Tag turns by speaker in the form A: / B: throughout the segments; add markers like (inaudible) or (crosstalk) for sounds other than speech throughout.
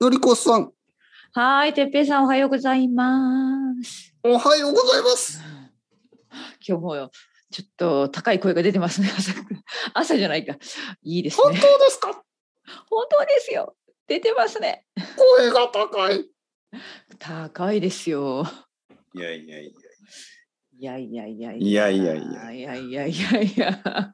A: のりこさん、
B: はい、てっぺいさんおはようございます。
A: おはようございます。
B: 今日もちょっと高い声が出てますね。朝朝じゃないか。いいです
A: 本当
B: ね。
A: ですか
B: 本当ですよ。出てますね。
A: 声が高い。
B: 高いですよ。
A: いやいやいや。
B: いやいやいや
A: いやいやいや
B: いやいやいやいや。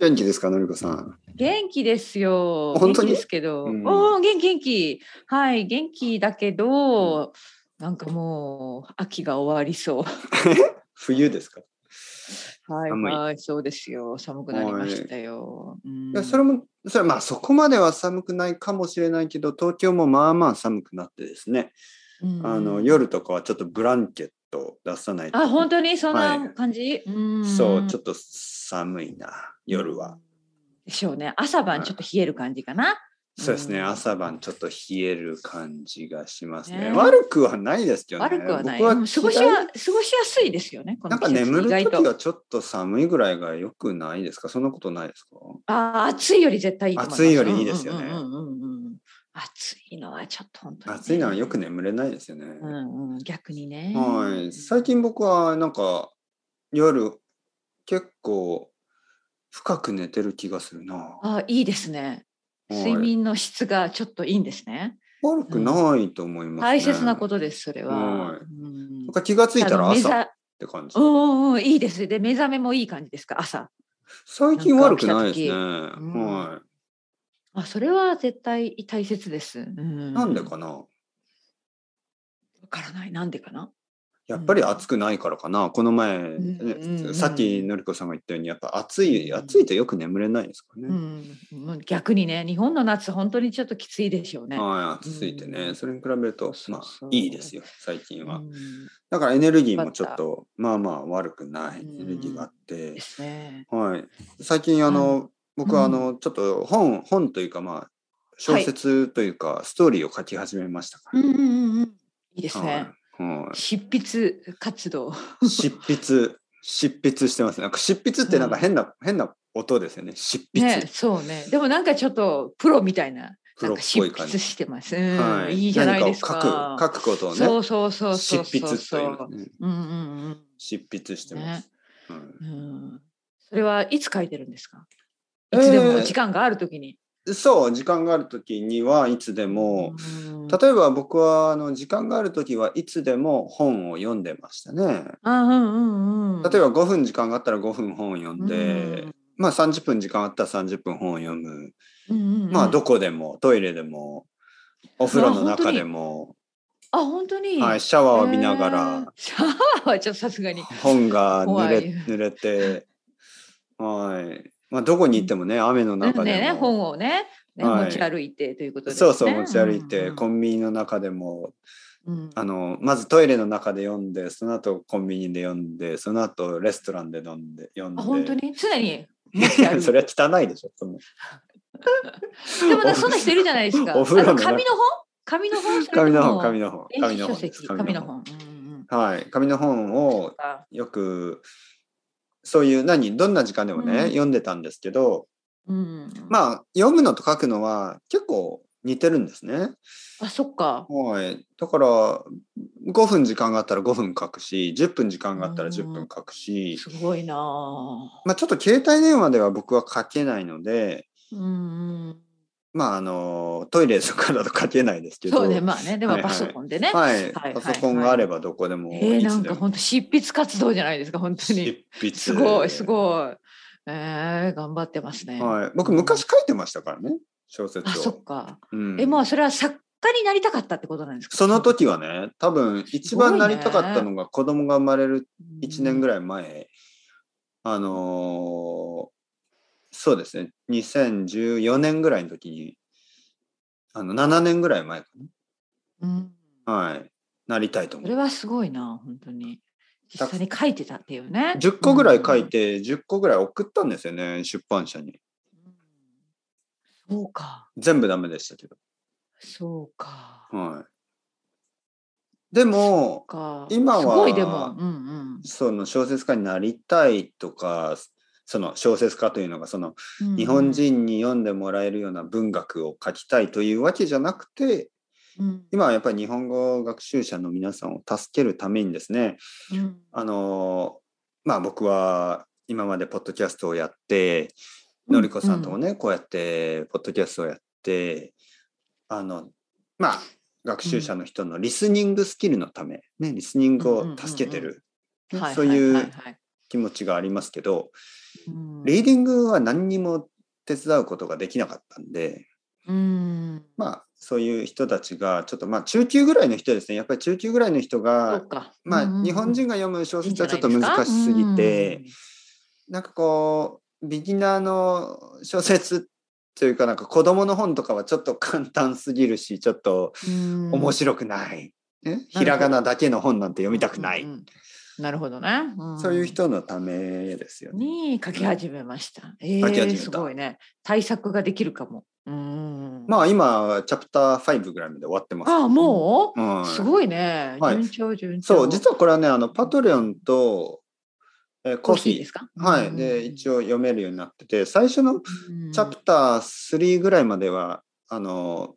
A: 元気ですか、のりこさん。
B: 元気ですよ。
A: 本当に
B: 元気ですけど。
A: うん
B: おお、元気元気。はい、元気だけど、なんかもう秋が終わりそう。
A: 冬ですか
B: はい、
A: 寒い
B: はい、そうですよ。寒くなりましたよ。うん
A: いや、それも、それまあそこまでは寒くないかもしれないけど、東京もまあまあ寒くなってですね、
B: うん
A: あの夜とかはちょっとブランケットを出さないと。
B: あ、本当にそん
A: はい
B: な感じ、うん
A: そう、ちょっと寒いな、夜は。。
B: でしょうね。朝晩ちょっと冷える感じかな。
A: そうですね、
B: うん
A: 朝晩ちょっと冷える感じがしますね。
B: ね
A: 悪くはないですけどね。
B: 悪くはない。
A: 僕
B: うん過ごし
A: 嫌い
B: は、過ごしやすいですよね。こ
A: な
B: の
A: んか
B: 季節
A: 眠
B: 意
A: る
B: 外
A: と
B: と
A: きはちょっと寒いぐらいが良くないですかそんなことないですか
B: あー暑いより絶対いいと思います。
A: 暑いよりいいですよね
B: うんうんうんうんうん暑いのはちょっと本当に、
A: 暑いのはよく。眠れないですよね。
B: うんうん、逆にね。
A: はい。最近僕はなんか夜結構深く寝てる気がするな。
B: あ、いいですね。
A: はい
B: 睡眠の質がちょっといいんですね。
A: 悪くないと思います、ね。
B: 大切なこととです、それは。
A: はい
B: うん
A: なんか気がついたら
B: あの目
A: 朝っ
B: 覚
A: て感じ。
B: おーおーいいです。で、目覚めもいい感じですか、朝。
A: 最近悪くないですね。
B: なんか起きた時うん
A: は
B: あ、それは絶対大切です。
A: い。
B: な
A: なんでかな
B: わからない。なんでかな。
A: やっぱり暑くないからかな。この前、
B: んうんうん
A: さっきのりこさんが言ったように、やっぱ暑い、暑いとよく眠れないですかね。
B: うん、もう逆にね、日本の夏本当にちょっときついでしょうね。
A: はい、暑いてね、
B: うん
A: それに比べると、
B: そう
A: まあ
B: そう、
A: いいですよ、最近
B: う
A: は。
B: ん
A: だからエネルギーも
B: よ
A: ち
B: か
A: ょ
B: った
A: っと、まあまあ悪くない、エ
B: うん
A: ネルギーがあって
B: で、すね。
A: はい。最近、あの、僕は、あの、ちょっと本、本というか、まあ、小説というか、ストーリーを書き始めましたか
B: うん
A: ら。
B: うんうんうん。いいです
A: はい
B: ね。
A: は
B: 執筆活動。
A: い執筆、 (laughs) 執筆してますね。なんか執筆ってなんか変な、変な音ですよね。執筆
B: ね、。そうね。でもなんかちょっとプロみたいな。
A: プロっ
B: なんか
A: ぽ
B: 執
A: い感じ。
B: 筆してます。うん、
A: はい
B: いじゃないですか。
A: 何かを書く、書くことをね。
B: そうそうそう
A: 執
B: そう
A: 筆
B: そ
A: と
B: うそ
A: いう
B: う。
A: のね
B: うんうん
A: 執筆してます。うん
B: うん。うん。それはいつ書いてるんですか。
A: え
B: い
A: ー
B: つでも時間があるときに。
A: そう時間がある時にはいつでも
B: うん
A: 例えば僕はあの時間がある時はいつでも本を読んでましたね。
B: あうんうんうん。
A: 例えば5分時間があったら5分本を読んで、まあ30分時間あったら30分本を読む、
B: うんうんうんうん、
A: まあどこでもトイレでもお風呂の中でも、
B: あ本当に、
A: はい、シャワーを浴びながら
B: えーシャワーはちょっとさすがに
A: 本が濡れ
B: 怖い
A: 濡れて、はいまあ、どこに行ってもね雨の
B: なん
A: 中
B: で
A: でも。
B: ね本をねね
A: はい
B: 持ち歩いてということです
A: そ
B: ね
A: うそう持ち歩いて、
B: うん
A: コンビニの中でも
B: うん
A: あのまずトイレの中で読んでその後コンビニで読んでその後レストランで飲んで読んで
B: あ本当に常に
A: いやいや (laughs) それは汚いでしょその
B: でもねそんな人いるじゃないですか
A: お風呂の
B: あの
A: 中
B: 紙の本紙の本それとも
A: 紙の本紙の本紙の本
B: 電子書
A: です
B: 籍紙の本うんうん
A: はい紙の本を
B: あ
A: よくそういう何どんな時間でもね、
B: うん
A: 読んでたんですけど
B: うんあ
A: まあ読むのと書くのは結構似てるんですね。
B: あそっか
A: はい、だから5分時間があったら5分書くし10分時間があったら10分書くし、
B: すごいなあ
A: まあ、ちょっと携帯電話では僕は書けないので、
B: うんうん
A: まあ、あのトイレとかだと書けないですけど、
B: そうねまあねでも
A: はいは
B: パ
A: い
B: ソコンでね
A: はい、
B: はい
A: パソコンがあればどこでも
B: えー、
A: い
B: なん
A: つで
B: か
A: も
B: 本当執筆活動じゃないですか本当に
A: 執筆
B: すごいすごいえー、頑張ってますね、
A: はい、僕昔書いてましたからね小説
B: あそ
A: を
B: っ、か
A: うん
B: えもうそれは作家になりたかったってことなんですか
A: その時はね多分一番なりたかったのが子供が生まれる1年ぐ
B: らい
A: らい前あのーそうですね2014年ぐらいの時にあの7年ぐらい前かな
B: うん
A: はい。なりたいと
B: そ
A: 思
B: れ
A: う。
B: はすごいな本当に実際に書いてたっていうね
A: 10個ぐらい書い
B: て、
A: て、10個ぐらい送ったんですよね、出版社に。
B: うんそうか
A: 全部ダメでしたけど。
B: そうか
A: はい。でも、
B: か
A: 今は
B: すごいでもうんうん
A: その小説家になりたいとか、その小説家というのがその日本人に読んでもらえるような文学を書きたいというわけじゃなくて
B: うん、
A: 今はやっぱり日本語学習者の皆さんを助けるためにですね
B: うん
A: あのまあ僕は今までポッドキャストをやって
B: うん
A: のりこさんともね、こうやってポッドキャストをやってあのまあ学習者の人のリスニングスキルのため、ね、リスニングを助けてる、ね
B: はい
A: そうい
B: はいは
A: う
B: いはい
A: 気持ちがありますけど、
B: うん
A: リーディングは何にも手伝うことができなかったんで、
B: うん
A: まあ、そういう人たちがちょっとまあ中級ぐらいの人ですねやっぱり中級ぐらいの人
B: そう
A: が、
B: か
A: ま
B: うんうんう
A: あ、
B: ん
A: 日本人が読む小
B: いい
A: 説
B: んじゃ
A: はち
B: な
A: ょ
B: い
A: っ
B: で
A: と
B: すか
A: 難しすぎて。
B: うん
A: なんかこうビギナーの小説というかなんか子供の本とかはちょっと簡単すぎるしちょっと
B: うん
A: 面白くない、ね、
B: ど
A: ひらがなだけの本なんて読みたくない、
B: うんうんうんなるほどね、ん
A: そういう人のためですよね。
B: に書き始めました。え
A: 書き始め
B: ー、
A: た
B: すごいね。対策ができるかも。うん。
A: まあ今チャプター5ぐらいまで終わってます。
B: あ、もう、
A: うん
B: すごいね。
A: はい
B: 順調順調。
A: そう実はこれはねあのパトレオンと、えーコ
B: コ
A: ー
B: ー
A: ヒ
B: ヒ
A: ー
B: ーですか。
A: はい、で一応読めるようになってて最初の
B: うん
A: チャプター3ぐらいまではあの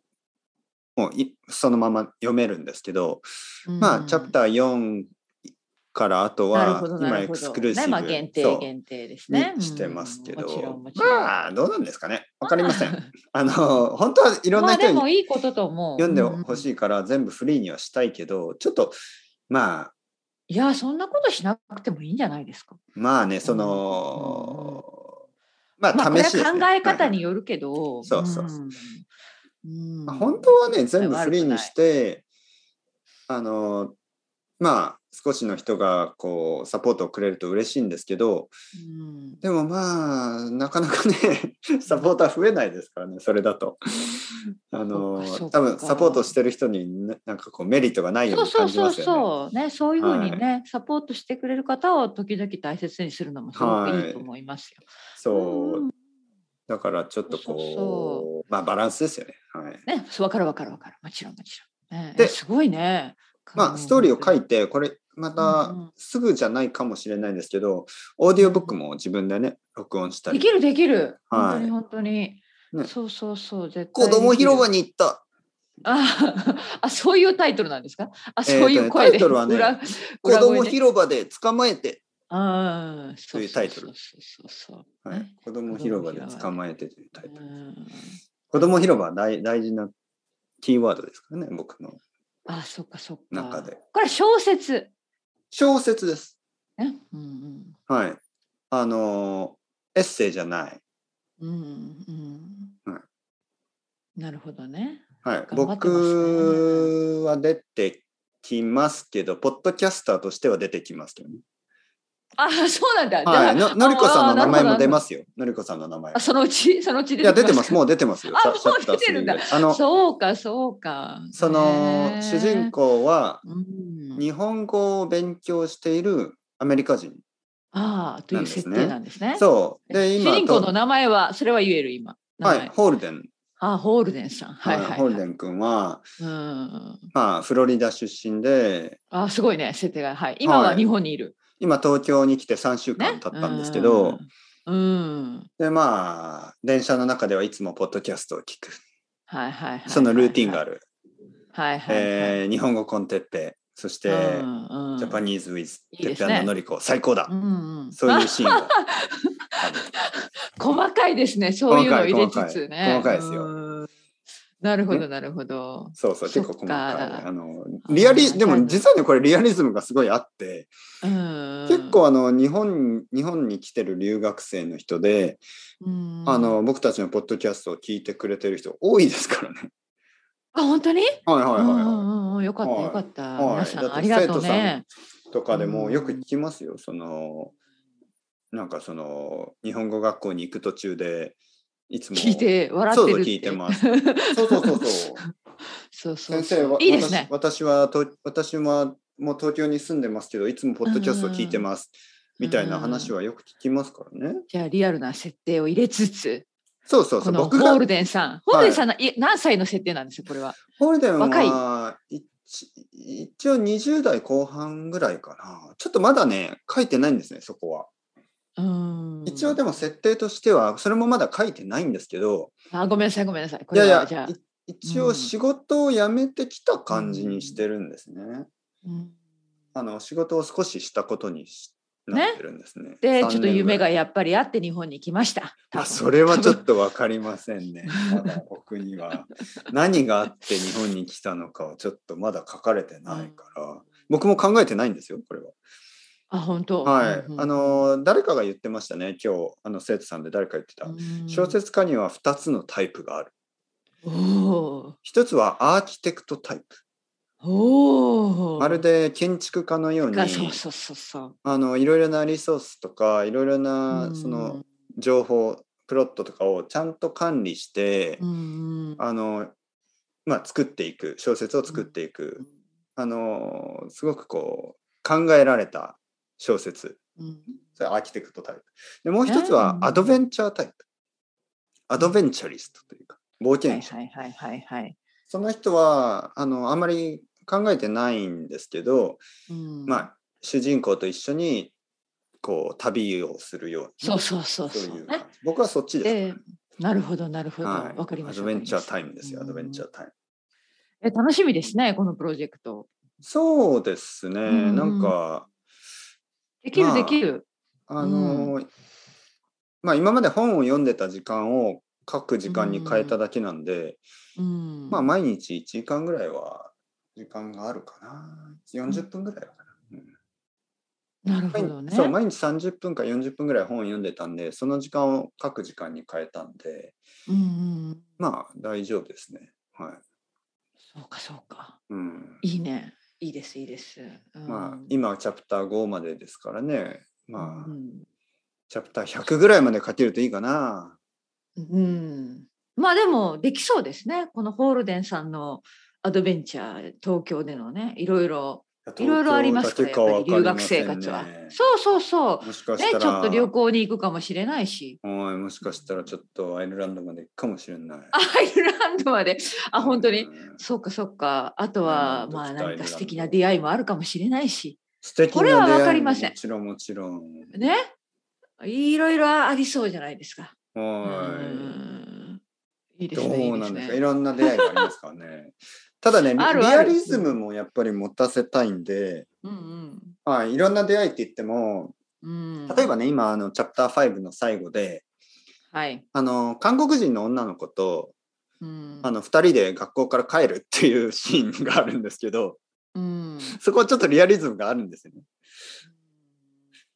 A: もういそのまま読めるんですけど、まあ、チャプ
B: ー
A: ター4からあと
B: なる
A: は
B: ほど
A: 今
B: なる
A: エ
B: ほ
A: ク
B: ど
A: スクルーシブ、
B: ね、まあ限
A: そ
B: 定
A: う
B: 限定ですね。
A: にしてますけ
B: うんもちろ
A: ど
B: んもちろん。
A: まあどうなんですかねわかりません。
B: あ。
A: あの本当はいろん
B: ま
A: な
B: あ
A: 人
B: で
A: に
B: もいいことと思う。
A: 読んでほし
B: い。
A: いから全部フリーにはしたいけどちょっとまあ
B: いやそんなことしなくてもいいんじゃないですか。
A: まあねそのまあ
B: まあこ
A: 試
B: れは
A: しですね
B: 考え方によるけど。
A: そうそうそうん
B: うん
A: まあ本当はね全部フリーにしてあのまあ少しの人がこうサポートをくれると嬉しいんですけど
B: うん
A: でもまあなかなかねサポーター増えないですからねそれだ
B: (laughs)
A: と。あの
B: そうかそうか
A: 多分サポートしてる人にななんかこうメリットがないよう
B: そう
A: に
B: そ
A: 感
B: う
A: じ
B: そ
A: ま
B: う
A: すよね。
B: そう、ね、そういうふうにね、サポートしてくれる方を時々大切にするのもすごくいいと思いますよ。
A: そう
B: うん
A: だからちょっとこう
B: そうそ
A: まあバランスですよね。はい、
B: ね、そうわかるわかるわかる、もちろんもちろん。ね、
A: です
B: ごいね。
A: まあストーリーを書い
B: て、
A: てこれま
B: うんう
A: た
B: ん
A: すぐじゃないかもしれないですけどオーディオブックも自分でね録音した
B: で
A: り
B: きるできる、
A: はい
B: 本当に本当に、
A: ね
B: そうそうそう、絶
A: 子
B: 対できる
A: 供広場に行った
B: ああ、そういうタイトルなんですか。あ、
A: えーとね
B: そういう声で、
A: タイトルはね
B: 裏
A: 子
B: 裏声
A: 供
B: で
A: 広場で捕まえて、
B: ああ、そ
A: というタイトル
B: そうそうそうそう、
A: はい
B: ね、
A: 子供広場で捕まえてというタイト
B: う
A: ル
B: ん
A: 子供広場は大大事なキーワードですからね僕の
B: あ、そっかそっか。
A: 中で
B: これ小説。
A: 小説です
B: ね。うん
A: はいあのーエッセイじゃない、
B: うん。うんうん。
A: は
B: なるほどね。
A: はい、
B: 頑張ってます
A: 僕は出てきますけどポッドキャスターとしては出てきますけどね
B: あ、そうなん
A: (laughs)
B: だ。。
A: はい、ののりこさんの名前も出ますすよ。のりこさんの名前
B: あ。そのうち、そのうち
A: いや、出てます。
B: う。
A: もう出てますよ。
B: あ
A: さ
B: もう出てるんだ
A: チャプター3であの、そ
B: そうか、そうか。
A: の
B: ね、
A: 主人。公は、
B: うん
A: 日本語を勉強しているアメリカ人。
B: ああ、という設定なんですね。
A: そう。で、
B: 主
A: 今
B: 人公の名前は、それは言える、今。名
A: は
B: 前
A: い、ホールデン。
B: あ、ホールデンさん。はいはい、はい。
A: ホールデン君は、
B: うん。
A: まあ、フロリダ出身で、
B: あ、すごいね、設定が。はい。今は日本にいる。
A: 今、東京に来て3週間
B: ね。
A: 経ったんですけど、
B: うん。うん。
A: で、まあ、電車の中ではいつもポッドキャストを聞く。
B: はいはいはいはい。
A: そのルーティンがあ
B: る。
A: る。
B: はいはいはい。
A: えー日本語コンテッペイ、そして、
B: うんうん
A: ジャパニーズ・ウィズ・
B: いい
A: テ
B: で
A: ッペ
B: す
A: ア
B: ね
A: ンドのりこ、最高だ、
B: うんうん
A: そういう
B: あ
A: シーン
B: (laughs)
A: が。
B: 細かいですね。そういうのを入れつつね。
A: 細かい細かいですよ
B: うん。なるほどなるほど。
A: そうそう、
B: そ
A: 結
B: っ
A: 構
B: か
A: 細かい。あのリアリ
B: あー
A: で
B: わか
A: も
B: る
A: 実はね、これリアリズムがすごいあって、
B: うん。
A: 結構あの日本日本に来てる留学生の人で、
B: うん。
A: あの僕たちのポッドキャストを聞いてくれてる人多いですから
B: (laughs)
A: ね。
B: あ本当に？
A: はいはいはい
B: うん
A: は
B: うんうんよかった
A: はい
B: よかった。
A: はい
B: 皆
A: だ
B: さ
A: っ
B: ん
A: て
B: ありがとうね。
A: い。とかでも
B: うん
A: よく聞きますよ。そのなんかその日本語学校に行く途中でいつも
B: 聞いて笑っ
A: そう
B: てる
A: そう聞いてますそうそうそうそう。
B: (laughs) そうそう
A: 先生は、
B: いいですね。
A: 私私はと私はもう東京に住んでますけどいつもポッドキャストを聞いてます、みたいな話はよく聞きますからね。
B: じゃあリアルな設定を入れつつ、
A: そうそうそ
B: こ
A: う
B: のホ
A: 僕が
B: ールデンさん、ホールデンさんない何歳の設定なんですよこれは。
A: ホールデン
B: 若い
A: はい一一応20代後半ぐらいかなちょっとまだね書いてないんですねそこは。
B: うん。
A: 一応でも設定としてはそれもまだ書いてないんですけど
B: あごめんなさいごめんなさいこ
A: い
B: れ
A: やい
B: は
A: や
B: じゃあ
A: い一応仕事を辞めてきた感じにしてるんですね。
B: うん
A: あの仕事を少ししたことにしなってるんですね。
B: でちょ
A: 3
B: っと夢が
A: 年
B: やっぱりあって日本に来ました
A: ぐらいあそれはちょっ
B: と
A: とわかりませんね。まだ僕には何があって日本に来たのかをちょっとまだ書かれてないから、僕も考えてないんですよこれは。
B: あ本当
A: はい、
B: うんうん
A: あの誰かが言ってましたね今日あの生徒さんで誰か言ってた、
B: うん
A: 小説家には2つのタイプがある
B: おー
A: 1つはアーキテクトタイプ
B: おー
A: まるで建築家のように
B: がそうそうそうそう
A: あのいろいろなリソースとかいろいろ
B: う
A: なんその情報プロットとかをちゃんと管理して、
B: うんうん
A: あのまあ、作っていく小説を作っていく、あのすごくこう考えられた小説
B: うん
A: それアーキテクトタイプ。でもう一つは
B: うん
A: アドベンチャータイプ。アドベンチャリストというか冒険者。
B: はいはいはいはいはい
A: その人はあのあんまり考えてないんですけど、
B: うん
A: まあ主人公と一緒にこう旅をするような
B: そうそうそう
A: そう
B: そう
A: いう感
B: ね
A: じ僕はそっちです、
B: でなるほどなるほど
A: は
B: わ
A: い、
B: かりました
A: アドベンチャータイムですよ、
B: うん
A: アドベンチャータイム。
B: え楽しみですねこのプロジェクト
A: そうですね、
B: うん
A: なんか
B: できる
A: まあ
B: できる
A: あのー、まあ今まで本を読んでた時間を書く時間に変えただけなんで、
B: うん
A: まあ毎日1時間ぐらいは時間があるかな40分ぐらいはか
B: なる
A: な、
B: ほどね
A: そう毎日30分か40分ぐらい本を読んでたんでその時間を書く時間に変えたんで
B: うんうん
A: まあ大丈夫ですねはい、
B: そうかそうか
A: うん、
B: いいねいいですいいです
A: まあ今はチャプター5までですからねまあ、
B: うん
A: チャプター100ぐらいまで書けるといいかな
B: うんまあでもできそうですねこのホールデンさんのアドベンチャー東京でのねいろいろいろいろありますからやっぱり留学生活は、そうそうそう
A: もしか
B: ね
A: した
B: ちょっ
A: ら、
B: と旅行に行くかもしれないし
A: おいもしかしたらちょっとアイルランドまで行くかもしれない
B: アイルランドまであ本当に
A: うん
B: そうかそうかあとは
A: うん
B: ま
A: どっ
B: あ
A: ちか
B: 何か素敵
A: ア
B: な
A: イル
B: 出会いもあるかもしれないし
A: 素敵
B: これ
A: な
B: は
A: 出会い
B: わかりませ
A: も
B: ん
A: もちろんもちろん。
B: ねいろいろありそうじゃないですか。
A: は
B: うんいい
A: い。
B: で
A: ど
B: すね。
A: うなんですか。
B: い
A: い
B: いで
A: ろんな出会いがありますからね。ただね、リ
B: (laughs) ある
A: リ
B: あ
A: ア
B: る
A: リズムもやっぱり持たせたいんで、
B: すねうん
A: はい、いろんな出会いって言っても、
B: うんうん
A: 例えばね、今あのチャプター5の最後で、
B: はい。
A: あの韓国人の女の子と
B: うん
A: あの2人で学校から帰るっていうシーンがあるんですけど、
B: うん
A: (laughs) そこはちょっとリアリズムがあるんですよね。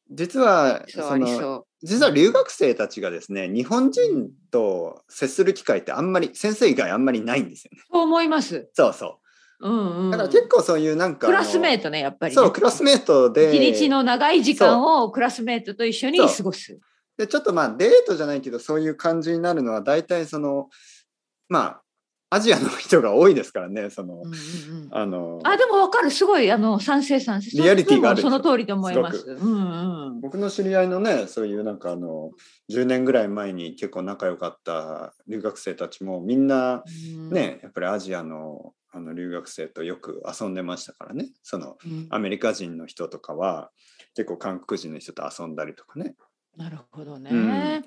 A: 実は
B: そう
A: そ
B: あり
A: の
B: そ
A: 実は留学生たちがですね日本人と接する機会ってあんまり先生以外あんまりないんですよ
B: う
A: ね。。
B: そう思います。
A: そうそ
B: うんう
A: う。
B: ん。
A: だから結構そういうなんかあの
B: クラスメートねやっぱりね。
A: そうクラスメートで
B: 一日の長い時間をクラスメートと一緒に過ごす。
A: でちょっとまあデートじゃないけどそういう感じになるのは大体そのまあアジアの人が多いですからねその、
B: うんうんうん
A: あの
B: あでもわかるすごいあの賛成賛成
A: リアリティがある
B: その通りと思います
A: すご
B: うんうん
A: 僕の知り合いのねそういうなんかあの10年ぐらい前に結構仲良かった留学生たちもみんなねやっぱりアジアのあの留学生とよく遊んでましたからねその
B: うん
A: アメリカ人の人とかは結構韓国人の人と遊んだりとかね
B: なるほどね、
A: うん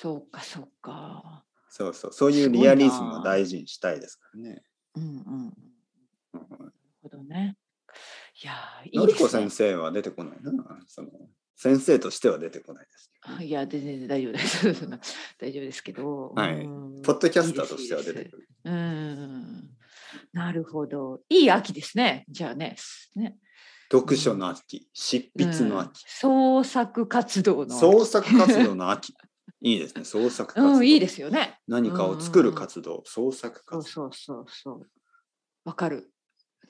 B: そうかそうか
A: そうそうそういうリアリズムを大事にしたいですからね。
B: うんうんなる
A: うん
B: ほどねいやーい
A: の
B: い
A: り
B: で
A: こ
B: すね
A: 先生は出てこないなその先生としては出てこないです。
B: あいや全然大丈夫です (laughs) そんな大丈夫ですけど、
A: はい
B: うん
A: ポッドキャスターとしては出
B: いい
A: て
B: です
A: くる。
B: うんなるほどいい秋ですねじゃあねね
A: 読書の秋、執筆の
B: うん
A: 秋、
B: 創作活動の
A: 創作活動の
B: (laughs)
A: 秋。いいですね、創作活動。
B: うんいいですよね
A: 何かを作る活動、創作
B: そう
A: 活動。
B: そうそうそう。わかる。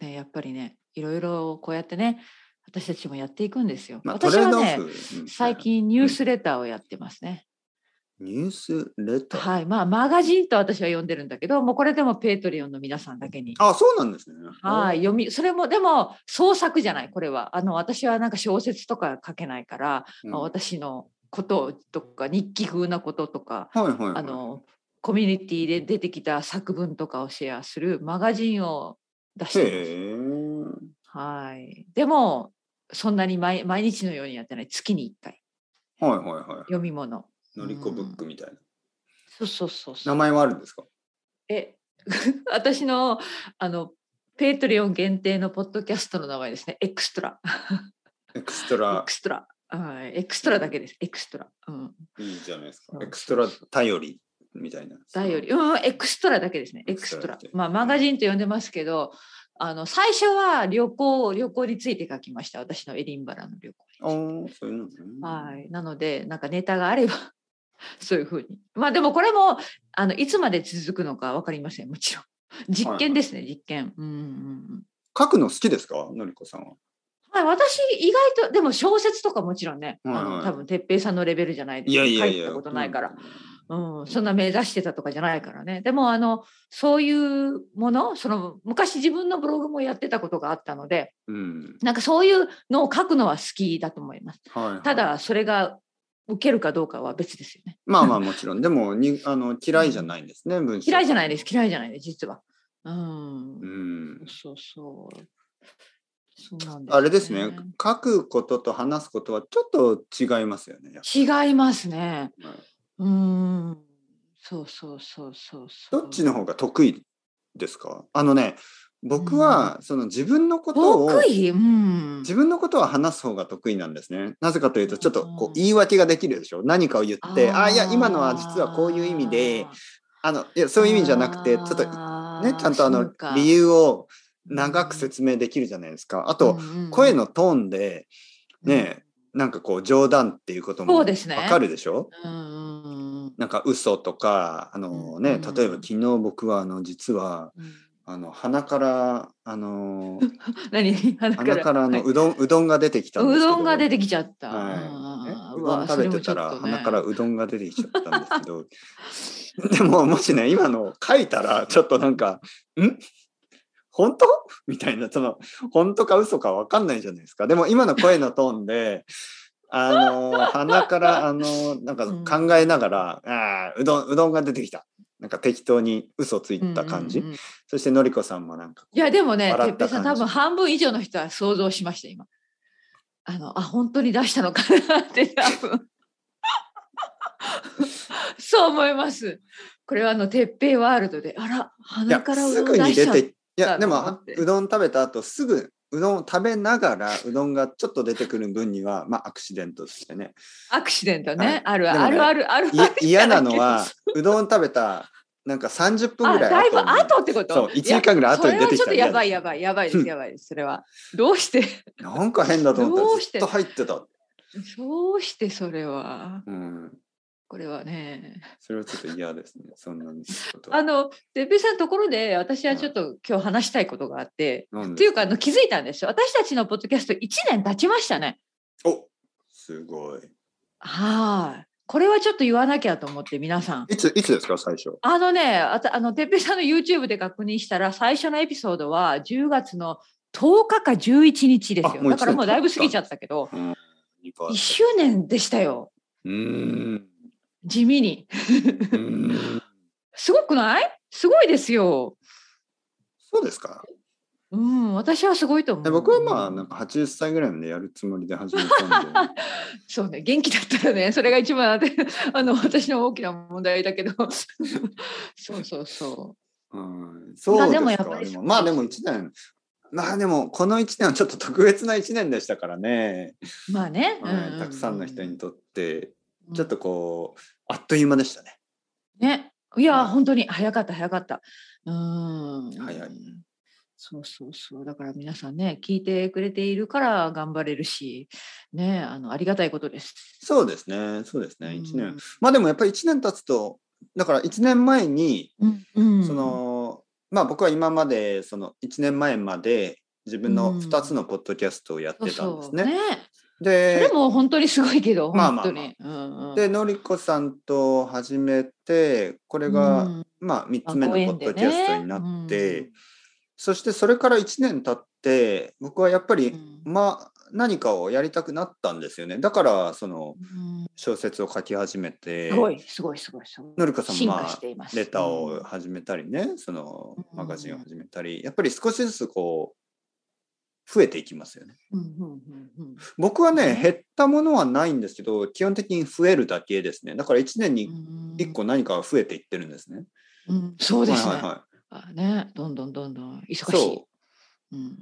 B: ね、やっぱりね、いろいろこうやってね、私たちもやっていくんですよ。
A: まあ、ト
B: 私
A: レー
B: は
A: ドオ
B: ね、
A: フ。うん
B: 最。近ニュースレターをやってますね。
A: ニュースレター。
B: はい、まあマガジンと私は読んでるんだけど、もうこれでもペイトリオンの皆さんだけに。
A: あ、そうなんですね。
B: はい、読み、それもでも創作じゃない、これは。あの私はなんか小説とか書けないから、
A: うん
B: まあ私のこととか日記風なこととか、
A: はいはい、はい。
B: あのコミュニティで出てきた作文とかをシェアするマガジンを出してます。
A: へえ。
B: はい。でも、そんなに毎毎日のようにやってない、月に1回。
A: はいはいはい。
B: 読み物。
A: のりこブックみたいな。
B: そうそうそうそう。
A: 名前はあるんですか
B: え、 (laughs) 私のあのペイトリオン限定のポッドキャストの名前ですね。エクストラ。
A: エクスト
B: エ
A: ラ
B: クストラ。はいエクストラだけです。エクストラ。うん。
A: いいじゃないですか
B: う。ん
A: エクストラ頼りみたいな。
B: 頼り。うん、エクストラだけですね。エ
A: エ
B: ク
A: ク
B: ス
A: ス
B: ト
A: ト
B: ラ
A: ラ。
B: まあ、マガジンと呼んでますけど、あの、最初は旅行、旅行について書きました。私のエディンバラの旅行
A: ああ、そういうのね。
B: はい。なので、なんかネタがあれば、 (laughs) そういうふうに。まあでもこれも、あの、いつまで続くのかわかりません。もちろん。実験ですね、実験。うんうんうん。
A: 書くの好きですかのりこさんは。
B: はい、私意外とでも小説とかもちろんね、
A: はいはい
B: あの多分哲平さんのレベルじゃないです
A: いやいやい
B: 書
A: や。
B: いたことないから、
A: う
B: うん、そんな目指してたとかじゃないからねでもあのそういうものその昔自分のブログもやってたことがあったので
A: ん。うん。
B: なんかそういうのを書くのは好きだと思います
A: はいはい。
B: ただそれが受けるかどうかは別ですよね
A: まあまあもちろん。でもにあの嫌いじゃないんですね、文章。
B: 嫌いじゃないです。嫌いじゃないです実はうん、
A: うん。
B: そうそうそうなんです、
A: あれですね。書くことと話すことはちょっと違いますよね。やっ
B: 違いますね
A: ぱり
B: うーんそうそうそうそうそう。
A: どっちの方が得意ですかあのね、僕はその自分のことを、
B: 得意うん。
A: 自分のことは話す方が得意なんですね。なぜかというと、ちょっとこ
B: うん
A: う言い訳ができるでしょ。何かを言って、ああ、いや、今のは実はこういう意味で、、あの、いや、そういう意味じゃなくて、ちょっとね、
B: と
A: ちゃんとあの、理由を長く説明できるじゃないですか。あと、声のトーンで、ね、なんかこう、冗談っていうことも
B: そ
A: わ
B: うですね
A: かるでしょ
B: うんうんうん
A: なんか嘘とか、あのね、
B: うん
A: 例えば昨日僕はあの、実は、
B: うん。
A: あの、鼻から、あの、
B: 何 (laughs) 鼻
A: 鼻からあ
B: は
A: の、
B: いう
A: どん、うどんが出てきたんですけ
B: う
A: ど。
B: どんが出てきちゃった。
A: はい、
B: うん
A: う
B: わ
A: どん食べてたら
B: それもちょっとね
A: 鼻からうどんが出てきちゃったんですけど (laughs) でももしね今の書いたらちょっとなんか「ん本当?」みたいなその本当か嘘か分かんないじゃないですかでも今の声のトーンであの鼻からあのなんか考えながら「あーうどんうどんが出てきた」なんか適当に嘘ついた感じ、
B: うんうんうんい
A: そしてのりこさんもなんか
B: やでもね、
A: 笑
B: て
A: っ
B: っぺ
A: た感じ
B: いさん多分半分以上の人は想像しました今。あのあ本当に出したのかなって多分。そう思います。これはあのてっぺいワールドであら
A: いや
B: 鼻からう
A: す
B: どん
A: ぐに
B: 出し
A: 出
B: ちゃ
A: ていや
B: た
A: で
B: の
A: も
B: 待
A: あ
B: って
A: うどん食べた後すぐうどんを食べながらうどんがちょっと出てくる分にはまあアクシデントとしてね
B: アクシデント
A: は
B: ね
A: い
B: ある
A: でもね
B: あるあるある
A: い
B: ある (laughs)
A: 嫌なのはうどん食べたなんか30分
B: あ
A: ぐらい
B: だいぶ
A: に
B: 後ってこと
A: そう1時間ぐらい後に出てきた
B: いやそれはちょっとやばい
A: 嫌
B: や
A: だ
B: ばいやばいですやばいですそれはどうして
A: なんか変だと思った
B: ど
A: ら
B: う
A: ず
B: し
A: ってと入ってた、
B: どうしてそれは
A: うん、
B: これはね
A: それはちょっと嫌ですねそんなこと
B: あの哲平さんのところで私はちょっと今日話したいことがあって、
A: なん
B: と
A: で
B: いうかあの気づいたんですよ私たちのポッドキャスト1年経ちましたね
A: おすごい
B: はいこれはちょっと言わなきゃと思って皆さん
A: いついつですか最初
B: あのねあたあの哲平さんの YouTube で確認したら最初のエピソードは10月の10日か11日です
A: あ
B: よ
A: もう一年
B: だからもうだいぶ過ぎちゃったけど
A: うん
B: 1周年でしたよ
A: うーん
B: 地味に
A: うーん
B: すごくないすごいですよ
A: そうですか
B: うん、私はすごいと思
A: え
B: う。
A: 僕はまあなんか80歳ぐらいまでやるつもりで始めた
B: (laughs)
A: んで
B: そうね、元気だったらね、それが一番あて (laughs) あの私の大きな問題だけど。 (laughs) そうそうそ
A: うんそうです
B: まあでもやっ
A: か
B: ぱり
A: でもまあでも1年まあでもこの1年はちょっと特別な1年でしたからね、
B: う。まあね、
A: はいたくさんの人にとって
B: うん
A: ちょっとこうあっという間でしたね
B: ね、いや、
A: はい
B: 本当に早かった早かった。うん、
A: 早い。
B: そうそうそう、だから皆さんね、聞いてくれているから頑張れるし、ね、あのありがたいことです。
A: そうですねそうですね1年まあでもやっぱり1年経つとだから1年前に
B: うん。うん、うん
A: そ、のまあ僕は今までその1年前まで自分の2つのポッドキャストをやっ
B: そう
A: てたんで
B: そ
A: す
B: う
A: ね。
B: ね。そ
A: で
B: れも本当にすごいけど、
A: まあ
B: 本
A: まあ
B: 当に。うんうん
A: でのりこさんと始めてこれが、
B: うん
A: まあ、3つ目のポッドキャストになって、そしてそれから1年経って僕はやっぱり、まあ何かをやりたくなったんですよねだからその小説を書き始めて
B: すごいすごいすごいすごい。
A: のりこさん
B: 進
A: もま
B: 化し
A: あ
B: ています。
A: レターを始めたりねその
B: うん
A: マガジンを始めたりやっぱり少しずつこう増えていきますよね。
B: うんうんうんうん
A: 僕はね、
B: ね
A: 減ったものはないんですけど、基本的に増えるだけですね。だから1年に
B: うん
A: 1個何かが増えていってるんですね。
B: うん、そうですね,、
A: はいはいはい
B: あねどんどんどんどん忙しい、
A: そう
B: ん、